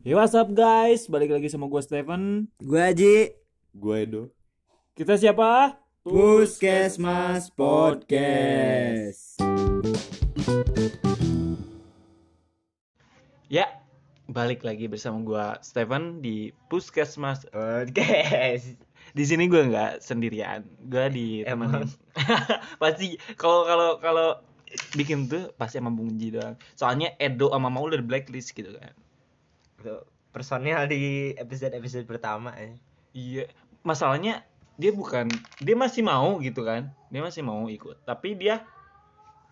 Hey what's up guys, balik lagi sama gue Steven Gue Aji Gue Edo. Kita siapa? Puskesmas Podcast Ya, balik lagi bersama gua Stefan di Puskesmas Podcast. Di sini gua nggak sendirian, gua ditemenin. pasti kalau kalau kalau bikin tuh pasti sama Bung Ji doang. Soalnya Edo sama Maul udah di blacklist gitu kan. Tuh, personil di episode episode pertama ya. Iya, masalahnya dia bukan dia masih mau gitu kan. Dia masih mau ikut, tapi dia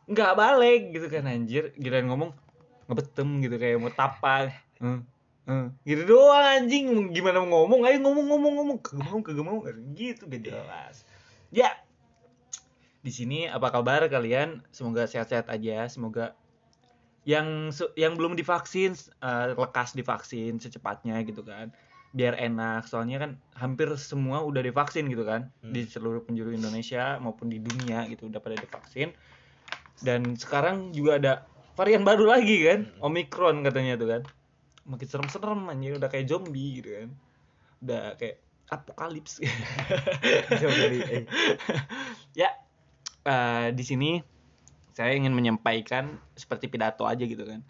nggak balik gitu kan anjir. Giliran ngomong ngebetem gitu kayak mau tapal. Hmm, hmm. gitu doang anjing gimana mau ngomong ayo ngomong ngomong ngomong kagak mau kagak mau gitu gak jelas ya di sini apa kabar kalian semoga sehat-sehat aja semoga yang su- yang belum divaksin eh, lekas divaksin secepatnya gitu kan biar enak soalnya kan hampir semua udah divaksin gitu kan di seluruh penjuru Indonesia maupun di dunia gitu udah pada divaksin dan sekarang juga ada varian baru lagi kan Omicron katanya tuh kan makin serem-serem anjir udah kayak zombie gitu kan udah kayak apokalips eh. ya eh, di sini saya ingin menyampaikan seperti pidato aja gitu kan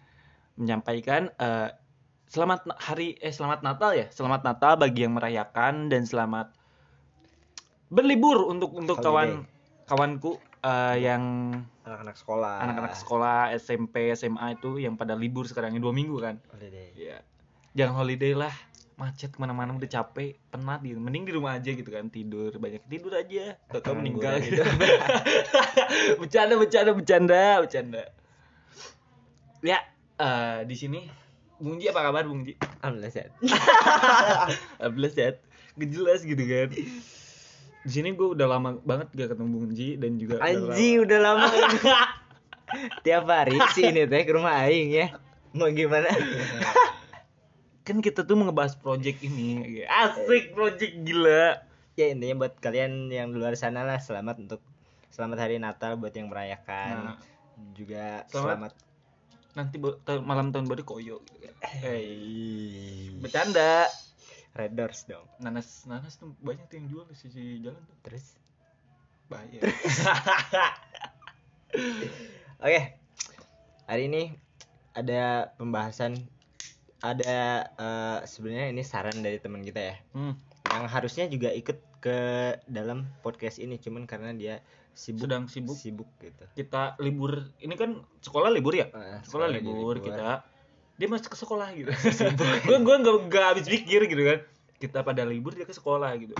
menyampaikan eh, selamat na- hari eh selamat Natal ya selamat Natal bagi yang merayakan dan selamat berlibur untuk untuk kawan kawanku eh, yang Anak-anak sekolah. anak-anak sekolah SMP SMA itu yang pada libur sekarang ini dua minggu kan Holiday. Iya. Jangan holiday lah. Macet kemana-mana udah capek, penat gitu. Mending di rumah aja gitu kan tidur, banyak tidur aja. Atau kau meninggal gitu. bercanda, bercanda, bercanda, bercanda. Ya, eh, di sini Bung Ji apa kabar Bung Ji? Alhamdulillah sehat. Ablas ya, gejelas gitu kan. Di sini gue udah lama banget gak ketemu Bung Ji dan juga udah lama- Anji udah lama Tiap hari sih ini teh ke rumah aing ya. Mau gimana? kan kita tuh ngebahas project ini. Asik project gila. ya intinya buat kalian yang di luar sana lah selamat untuk selamat hari Natal buat yang Nah. merayakan. Juga Selamat. selamat. Nanti bo- ta- malam tahun baru koyo gitu kan. Eh, Hey. Ih, Bercanda. Red Doors dong. nanas nanas tuh banyak tuh yang jual di sisi jalan tuh Terus bahaya Oke, hari ini ada pembahasan, ada eh, sebenarnya ini saran dari teman kita ya, hmm, yang harusnya juga ikut ke dalam podcast ini, cuman karena dia sibuk, sedang sibuk sibuk gitu. kita libur ini kan sekolah libur ya Eh, sekolah lagi libur kita dia masuk ke sekolah gitu gue gue nggak nggak habis pikir gitu kan kita pada libur dia ke sekolah gitu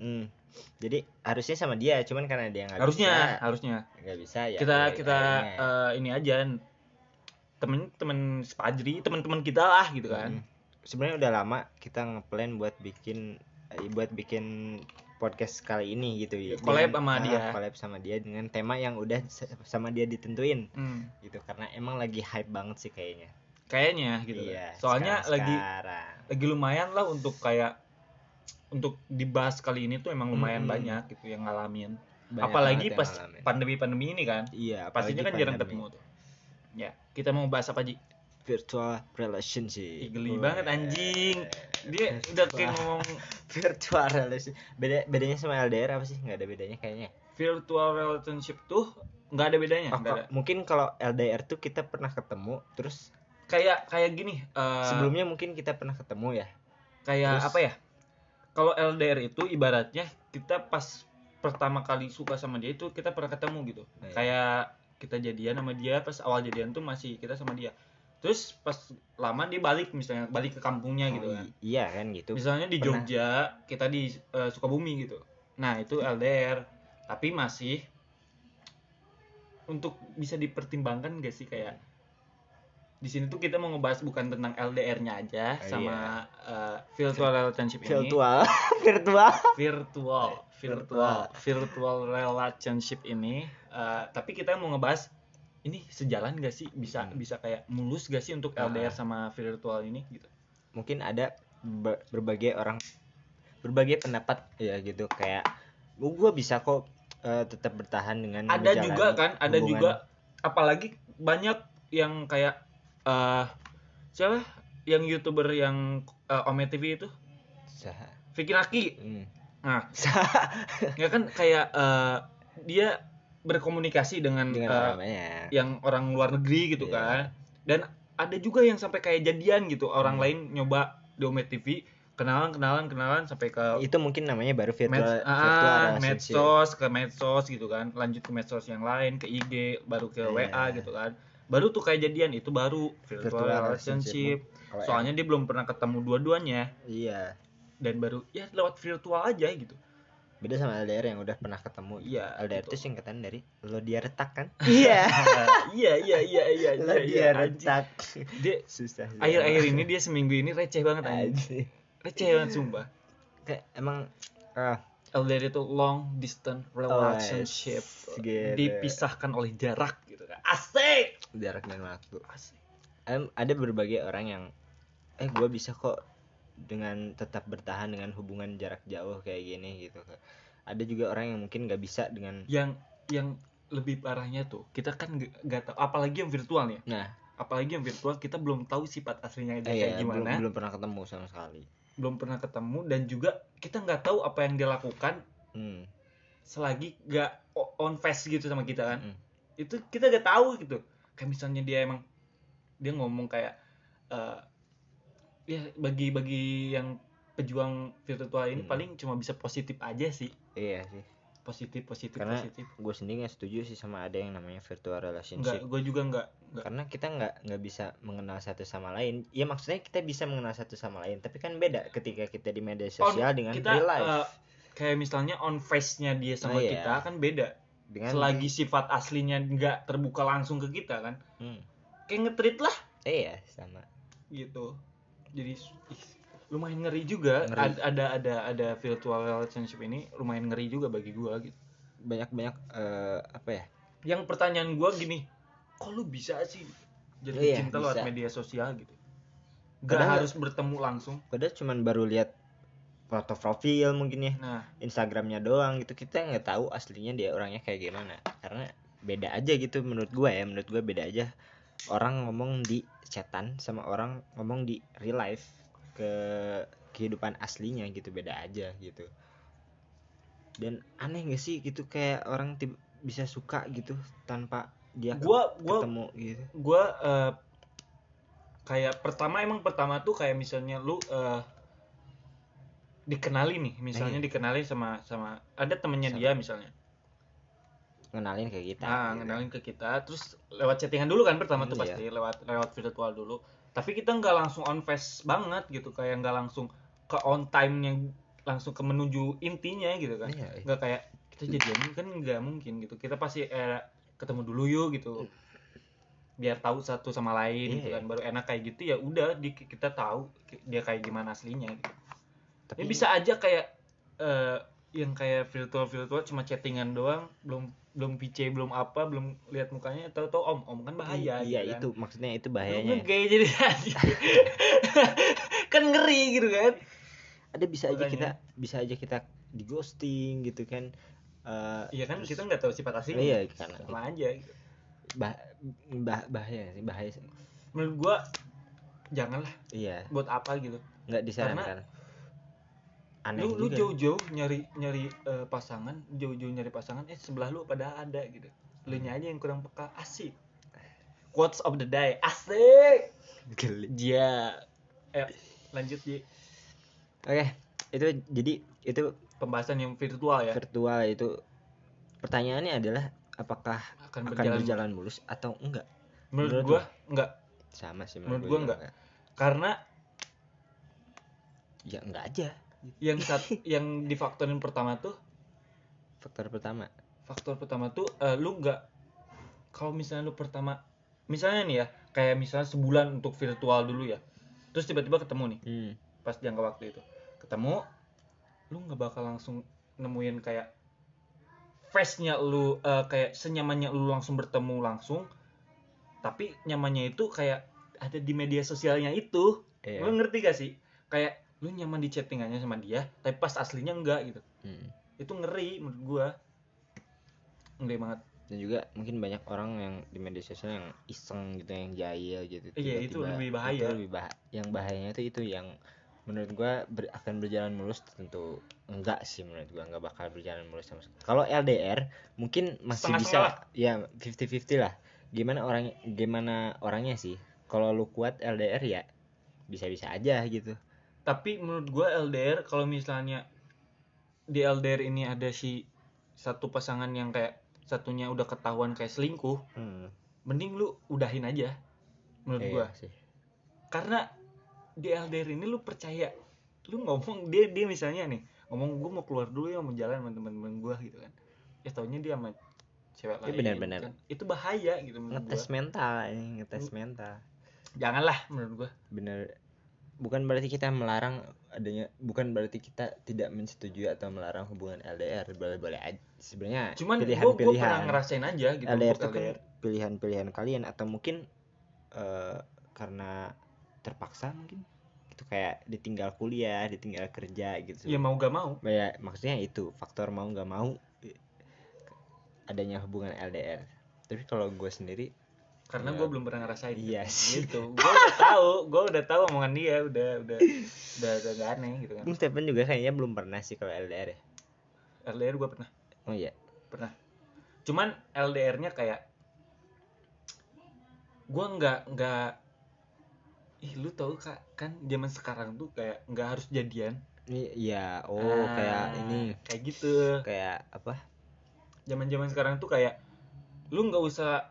Hmm. Jadi harusnya sama dia, cuman karena dia nggak harusnya bisa, harusnya nggak bisa ya. kita dari kita lainnya. eh, ini aja temen-temen sepajri teman-teman kita lah gitu Hmm. kan Sebenarnya udah lama kita ngeplan buat bikin eh, buat bikin podcast kali ini gitu ya. Collab Dengan- sama ah, dia. collab sama dia dengan tema yang udah se- sama dia ditentuin Hmm, gitu karena emang lagi hype banget sih kayaknya. kayaknya gitu kan. iya. soalnya lagi sekarang. lagi lumayan lah untuk kayak untuk dibahas kali ini tuh emang lumayan Mm-mm. banyak gitu yang ngalamin Banyak apalagi banget yang pas ngalamin. pandemi-pandemi ini kan iya, pastinya apalagi kan jarang pandemi. ketemu tuh ya kita mau bahas apa Ji? virtual relationship. Ih, geli banget, anjing. dia Wah. udah kayak ngomong virtual relationship. Beda bedanya sama LDR apa sih? Nggak ada bedanya kayaknya. virtual relationship tuh nggak ada bedanya Oh, nggak ada. kok- mungkin kalau LDR tuh kita pernah ketemu, terus kayak kayak gini eh, sebelumnya mungkin kita pernah ketemu ya. kayak terus- apa ya kalau LDR itu ibaratnya kita pas pertama kali suka sama dia itu kita pernah ketemu gitu Iya. kayak kita jadian sama dia pas awal jadian tuh masih kita sama dia terus pas lama dia balik misalnya balik ke kampungnya gitu Oh, kan i- Iya kan gitu. misalnya di Pernah. Jogja kita di eh, Sukabumi gitu nah itu Hmm. LDR tapi masih untuk bisa dipertimbangkan gak sih kayak di sini tuh kita mau ngebahas bukan tentang LDR-nya aja Iya. sama eh, virtual relationship ini Virtual, virtual. virtual virtual virtual relationship ini eh, tapi kita mau ngebahas ini sejalan gak sih bisa Hmm. bisa kayak mulus gak sih untuk Ah. LDR sama virtual ini gitu Mungkin ada ber- berbagai orang berbagai pendapat ya gitu kayak "Oh, gua bisa kok eh, tetap bertahan dengan ada menjalani juga kan ada hubungan." juga apalagi banyak yang kayak eh siapa yang youtuber yang eh, Ome TV itu Saha. Vicky Raki Hmm. nah Saha ya kan kayak eh, dia berkomunikasi dengan, dengan eh, orang banyak. yang orang luar negeri gitu Iya. kan dan ada juga yang sampai kayak jadian gitu orang Hmm. lain nyoba di Ome TV kenalan kenalan kenalan sampai ke Itu mungkin namanya baru virtual Meds, virtual ah, relationship. medsos ke medsos gitu kan lanjut ke medsos yang lain ke IG baru ke Iya. WA gitu kan baru tuh kayak jadian itu baru virtual, Virtual relationship. relationship Kalau soalnya dia belum pernah ketemu dua-duanya em- iya, dan baru ya lewat virtual aja gitu beda sama LDR yang udah pernah ketemu. Iya, LDR gitu. itu singkatan dari lo dia retak kan? Iya. iya iya iya iya iya, lo iya dia anjing. retak. dia Susah. sih. akhir-akhir ini dia seminggu ini receh banget anjing Anjing. receh banget sumpah Kayak emang ah, LDR itu long distance relationship Oh, yes, gitu. dipisahkan oleh jarak gitu kan asik jarak dan waktu. asik Em, ada berbagai orang yang eh gue bisa kok dengan tetap bertahan dengan hubungan jarak jauh kayak gini gitu ada juga orang yang mungkin nggak bisa dengan yang yang lebih parahnya tuh kita kan nggak- nggak tahu apalagi yang virtual nih Nah. apalagi yang virtual kita belum tahu sifat aslinya dia eh, kayak ya, gimana belum, belum, belum pernah ketemu sama sekali pernah ketemu dan juga kita nggak tahu apa yang dia lakukan hmm. selagi nggak o- on face gitu sama kita kan Mm. itu kita nggak tahu gitu kayak misalnya dia emang dia ngomong kayak eh, ya bagi bagi yang pejuang virtual ini Mm. paling cuma bisa positif aja sih iya sih positif positif Karena positif gue sendiri nggak setuju sih sama ada yang namanya virtual nggak relationship gue juga nggak nggak karena kita nggak nggak bisa mengenal satu sama lain ya maksudnya kita bisa mengenal satu sama lain tapi kan beda ketika kita di media sosial dengan kita real life eh, kayak misalnya on face-nya dia sama Oh, iya. kita kan beda. dengan Selagi sifat aslinya nggak terbuka langsung ke kita kan, Hmm. kayak ngetrit lah iya sama gitu. Jadi ih, lumayan ngeri juga. Ngeri. Ad- Ada ada ada virtual relationship ini lumayan ngeri juga bagi gua gitu. banyak banyak eh, apa ya Yang pertanyaan gua gini, kok lu bisa sih jadi Iya, cinta bisa. lewat media sosial gitu? Gak Padahal- harus bertemu langsung. padahal cuman baru lihat foto profil mungkin ya Nah, Instagramnya doang gitu kita nggak tahu aslinya dia orangnya kayak gimana karena beda aja gitu menurut gua ya menurut gua beda aja orang ngomong di chatan sama orang ngomong di real life ke kehidupan aslinya gitu beda aja gitu dan aneh gak sih gitu kayak orang tib- bisa suka gitu tanpa dia Ya, ke- gua gua ketemu gitu gue kayak pertama emang pertama tuh kayak misalnya lu eh, dikenali nih misalnya Iya. dikenali sama sama ada temennya Sama. dia misalnya ngenalin kayak kita nah gitu. kenalin ke kita terus lewat chattingan dulu kan pertama tuh Hmm, pasti lewat lewat virtual dulu tapi kita nggak langsung on face banget gitu kayak nggak langsung ke on time yang langsung ke menuju intinya gitu kan Iya, iya. nggak kayak kita jadian kan nggak mungkin gitu kita pasti eh, ketemu dulu yuk gitu biar tahu satu sama lain gitu Iya. kan baru enak kayak gitu ya udah di, kita tahu ki- dia kayak gimana aslinya gitu. Ya tapi bisa aja kayak eh, yang kayak virtual virtual cuma chattingan doang belum belum PC belum apa belum lihat mukanya tahu tahu om om kan bahaya iya gitu kan. itu maksudnya itu Lu bahayanya ngegay jadi kan ngeri gitu kan ada bisa aja Makanya. kita bisa aja kita di ghosting gitu kan Eh, iya kan terus kita nggak tahu sifat aslinya Iya, karena- sama aja gitu. bah, bah- bahaya sih bahaya sih. menurut gua janganlah iya buat apa gitu nggak disarankan aneh lu, lu juga. jauh-jauh nyari nyari eh, pasangan jauh-jauh nyari pasangan eh sebelah lu pada ada gitu lu Hmm. aja yang kurang peka asik quotes of the day asik Geli. Iya. dia eh lanjut di oke itu jadi itu pembahasan yang virtual ya virtual itu pertanyaannya adalah apakah akan akan berjalan berjalan mulus atau enggak menurut menurut gua enggak sama sih Menurut gua juga enggak. karena enggak. ya enggak aja yang saat yang difaktorin pertama tuh faktor pertama faktor pertama tuh eh, lu nggak kalau misalnya lu pertama misalnya nih ya kayak misalnya sebulan untuk virtual dulu ya terus tiba-tiba ketemu nih hmm. pas jangka waktu itu ketemu lu nggak bakal langsung nemuin kayak face-nya lu eh, kayak senyamannya lu langsung bertemu langsung tapi nyamannya itu kayak ada di media sosialnya itu Iya. lu ngerti gak sih kayak lu nyaman di chattingannya sama dia tapi pas aslinya enggak gitu Hmm. itu ngeri menurut gua ngeri banget dan juga mungkin banyak orang yang di media sosial yang iseng gitu yang jahil gitu Iya, itu Tiba-tiba- lebih bahaya. itu lebih bah- yang bahayanya itu itu yang menurut gua ber- akan berjalan mulus tentu enggak sih menurut gua enggak bakal berjalan mulus sama sekali kalau LDR mungkin masih bisa Setengah-setengah ya 50-50 lah gimana orang gimana orangnya sih kalau lu kuat LDR ya bisa-bisa aja gitu tapi menurut gua LDR kalau misalnya di LDR ini ada si satu pasangan yang kayak satunya udah ketahuan kayak selingkuh mending lu udahin aja Hmm, menurut Iya gua sih. karena di LDR ini lu percaya lu ngomong dia dia misalnya nih ngomong gue mau keluar dulu ya mau jalan sama teman-teman gue gitu kan ya taunya dia sama cewek Itu lain benar-benar. kan. itu bahaya gitu menurut Iya, ngetes gue mental ini ngetes mental janganlah menurut gue bener bukan berarti kita melarang adanya bukan berarti kita tidak menyetujui atau melarang hubungan LDR boleh-boleh aja sebenarnya cuman gue gue pernah pilihan-pilihan ngerasain aja gitu LDR untuk itu kan pilihan-pilihan kalian atau mungkin eh, karena terpaksa mungkin itu kayak ditinggal kuliah ditinggal kerja gitu ya mau gak mau Ya, maksudnya itu faktor mau nggak mau eh, adanya hubungan LDR tapi kalau gue sendiri karena Ya. gue belum pernah ngerasain iya sih gitu gue udah tahu gue udah tahu omongan dia udah udah udah udah gak aneh gitu kan Bung Stephen juga kayaknya belum pernah sih kalau LDR ya LDR gue pernah oh iya cuman LDR-nya kayak gua nggak nggak ih lu tau kak kan zaman sekarang tuh kayak nggak harus jadian Ini iya, oh Ah, kayak ini kayak gitu kayak apa? zaman zaman sekarang tuh kayak lu nggak usah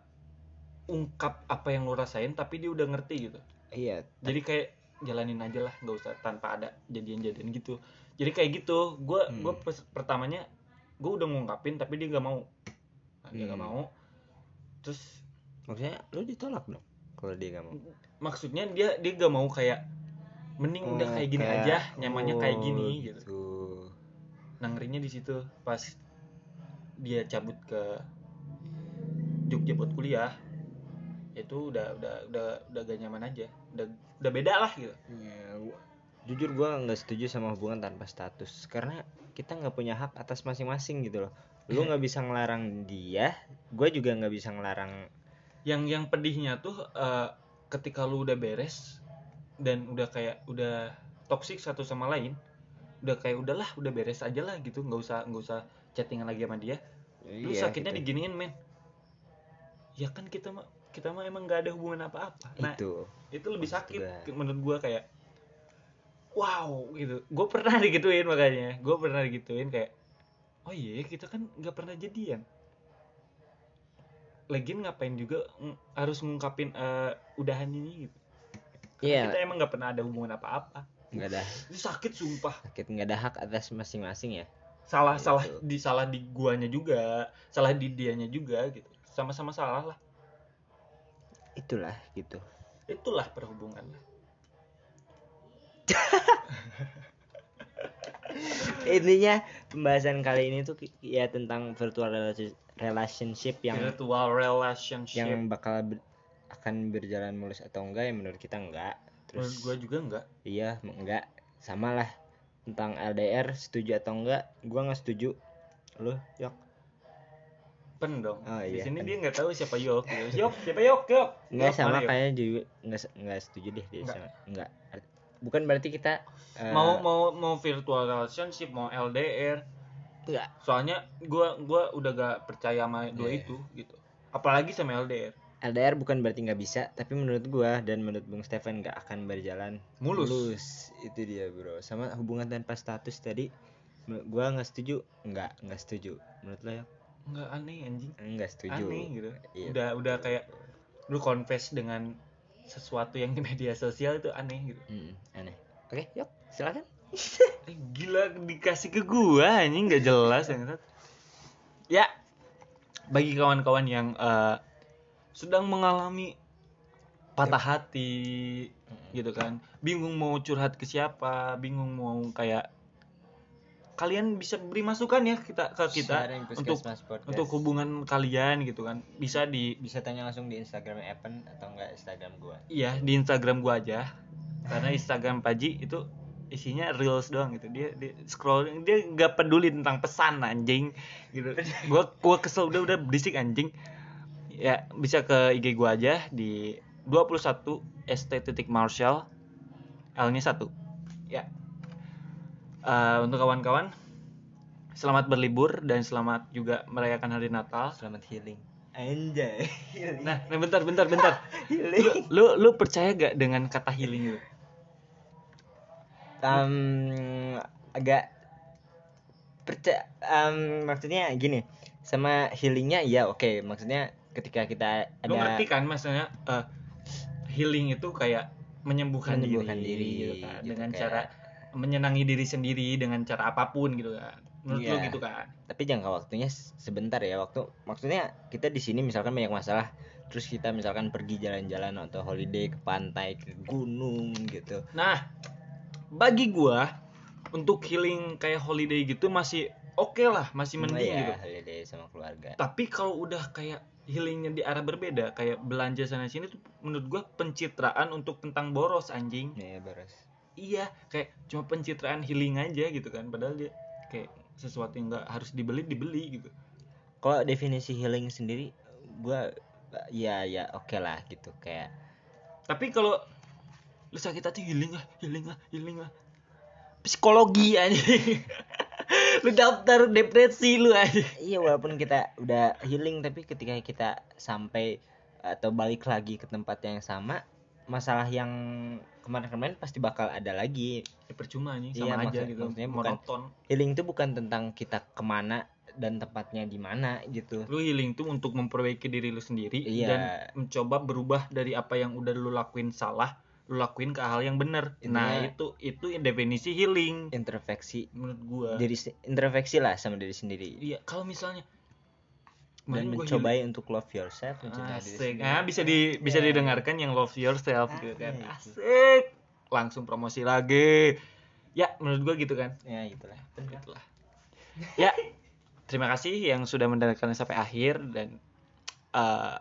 ungkap apa yang lu rasain tapi dia udah ngerti gitu Iya, jadi kayak jalanin aja lah nggak usah tanpa ada jadian-jadian gitu jadi kayak gitu gua Hmm. gua pes- pertamanya gua udah ngungkapin tapi dia nggak mau Nah, dia nggak mau Hmm. terus maksudnya lu ditolak dong kalau dia nggak mau. maksudnya dia dia gak mau kayak mending udah Oh, kayak gini aja nyamannya kayak oh, gini gitu gitu. nah ngerinya di situ pas dia cabut ke Jogja buat kuliah itu udah udah udah udah gak nyaman aja udah udah beda lah gitu Ya, gua- jujur gua nggak setuju sama hubungan tanpa status karena kita nggak punya hak atas masing-masing gitu loh. Lu nggak bisa ngelarang dia, gue juga nggak bisa ngelarang. yang yang pedihnya tuh eh, ketika lu udah beres dan udah kayak udah toksik satu sama lain udah kayak udahlah udah beres aja lah gitu nggak usah nggak usah chattingan lagi sama dia Lu sakitnya gitu. diginiin men Ya kan kita mah kita mah emang gak ada hubungan apa-apa Nah itu, itu. lebih maksud sakit gua. ke- menurut gua kayak Wow gitu Gue pernah digituin makanya Gue pernah digituin kayak Oh iya kita kan gak pernah jadian Lagian ngapain juga ng- harus ngungkapin eh, udahan ini gitu Iya, Kita emang gak pernah ada hubungan apa-apa nggak ada Itu sakit sumpah sakit nggak ada hak atas masing-masing ya. Salah Iya, salah betul. di salah di guanya juga Salah di dianya juga gitu Sama-sama salah lah Itulah gitu. itulah perhubungan intinya pembahasan kali ini tuh ki- ya tentang virtual relasi- relationship yang virtual Iya, relationship yang bakal ber- akan berjalan mulus atau enggak ya menurut kita enggak menurut terus gue juga enggak iya enggak sama lah tentang LDR setuju atau enggak gua nggak setuju lu yok pen dong Oh, di iya, sini pen. dia nggak tahu siapa yok Dia, yok siapa yok yok enggak Yok, sama mana ya? yok? kayaknya juga enggak se- enggak setuju deh dia Enggak. sama enggak Art- bukan berarti kita eh, mau mau mau virtual relationship mau LDR Enggak. soalnya gue gua udah gak percaya sama dua Iya. itu gitu apalagi sama LDR LDR bukan berarti nggak bisa tapi menurut gua dan menurut Bung Stefan nggak akan berjalan mulus, Lulus, itu dia bro sama hubungan tanpa status tadi menurut gua nggak setuju nggak nggak setuju menurut lo ya nggak aneh anjing nggak setuju aneh gitu Iya. udah udah kayak lu confess dengan sesuatu yang di media sosial itu aneh gitu Mm, aneh oke yuk silakan Eh, Gila dikasih ke gua anjing nggak jelas yang Ya. Bagi kawan-kawan yang eh, sedang mengalami patah hati gitu kan. Bingung mau curhat ke siapa, bingung mau kayak kalian bisa beri masukan ya kita ke kita Sharing untuk- Puskesmas Podcast. untuk hubungan kalian gitu kan. Bisa di bisa tanya langsung di Instagram Iya, Evan atau enggak Instagram gua ya di Instagram gua aja. Karena Instagram Paji itu isinya reels doang gitu dia, dia scrolling dia nggak peduli tentang pesan anjing gitu gua gua kesel udah udah berisik anjing ya bisa ke IG gua aja di 21 st titik marshall L nya satu ya Eh, untuk kawan-kawan selamat berlibur dan selamat juga merayakan hari Natal Selamat healing. Anjay. nah, nah bentar bentar bentar healing. lu, lu lu percaya gak dengan kata healing itu um, agak percaya um, maksudnya gini sama healingnya ya oke maksudnya ketika kita ada lu ngerti kan maksudnya eh, healing itu kayak menyembuhkan, menyembuhkan diri, diri, gitu kan. gitu, dengan kayak- cara menyenangi diri sendiri dengan cara apapun gitu kan menurut lu Iya. gitu kan tapi jangka waktunya s- sebentar ya waktu maksudnya kita di sini misalkan banyak masalah terus kita misalkan pergi jalan-jalan atau holiday ke pantai ke gunung gitu nah bagi gua untuk healing kayak holiday gitu masih oke lah masih mending ya, gitu holiday sama keluarga tapi kalau udah kayak healingnya di arah berbeda kayak belanja sana sini tuh menurut gua pencitraan untuk tentang boros anjing ya beres iya kayak cuma pencitraan healing aja gitu kan padahal dia kayak sesuatu yang nggak harus dibeli dibeli gitu kalau definisi healing sendiri gua ya ya oke lah gitu kayak tapi kalau lu sakit hati healing lah healing lah healing lah psikologi aja lu daftar depresi lu aja Iya walaupun kita udah healing tapi ketika kita sampai atau balik lagi ke tempat yang sama masalah yang kemarin-kemarin pasti bakal ada lagi ya, percuma nih Iya, sama aja maksud- gitu maksudnya bukan- monoton healing itu bukan tentang kita kemana dan tempatnya di mana gitu lu healing tuh untuk memperbaiki diri lu sendiri Iya. dan mencoba berubah dari apa yang udah lu lakuin salah lu lakuin ke hal yang benar Iya. nah Intinya- itu itu definisi Iya. healing introspeksi menurut gua diri se- introspeksi lah sama diri sendiri Iya, kalau misalnya dan Kemarin gua mencoba untuk love yourself healing. mencintai diri Asik. sendiri. Nah, bisa di bisa Iya. didengarkan yang love yourself gitu kan. Asik. Asik. Langsung promosi lagi. Ya, menurut gua gitu kan. ya gitulah Gitulah. Ya. Terima kasih yang sudah mendengarkan sampai akhir dan eh,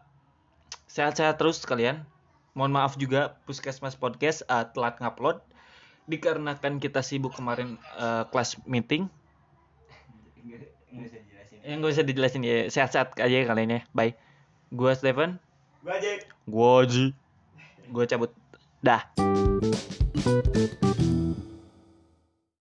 sehat-sehat terus kalian. Mohon maaf juga Puskesmas Podcast eh, telat ngupload dikarenakan kita sibuk kemarin eh, kelas meeting yang gak usah dijelasin ya sehat-sehat aja ya kalian ya bye gua Steven gua Jack gua Ji gua cabut dah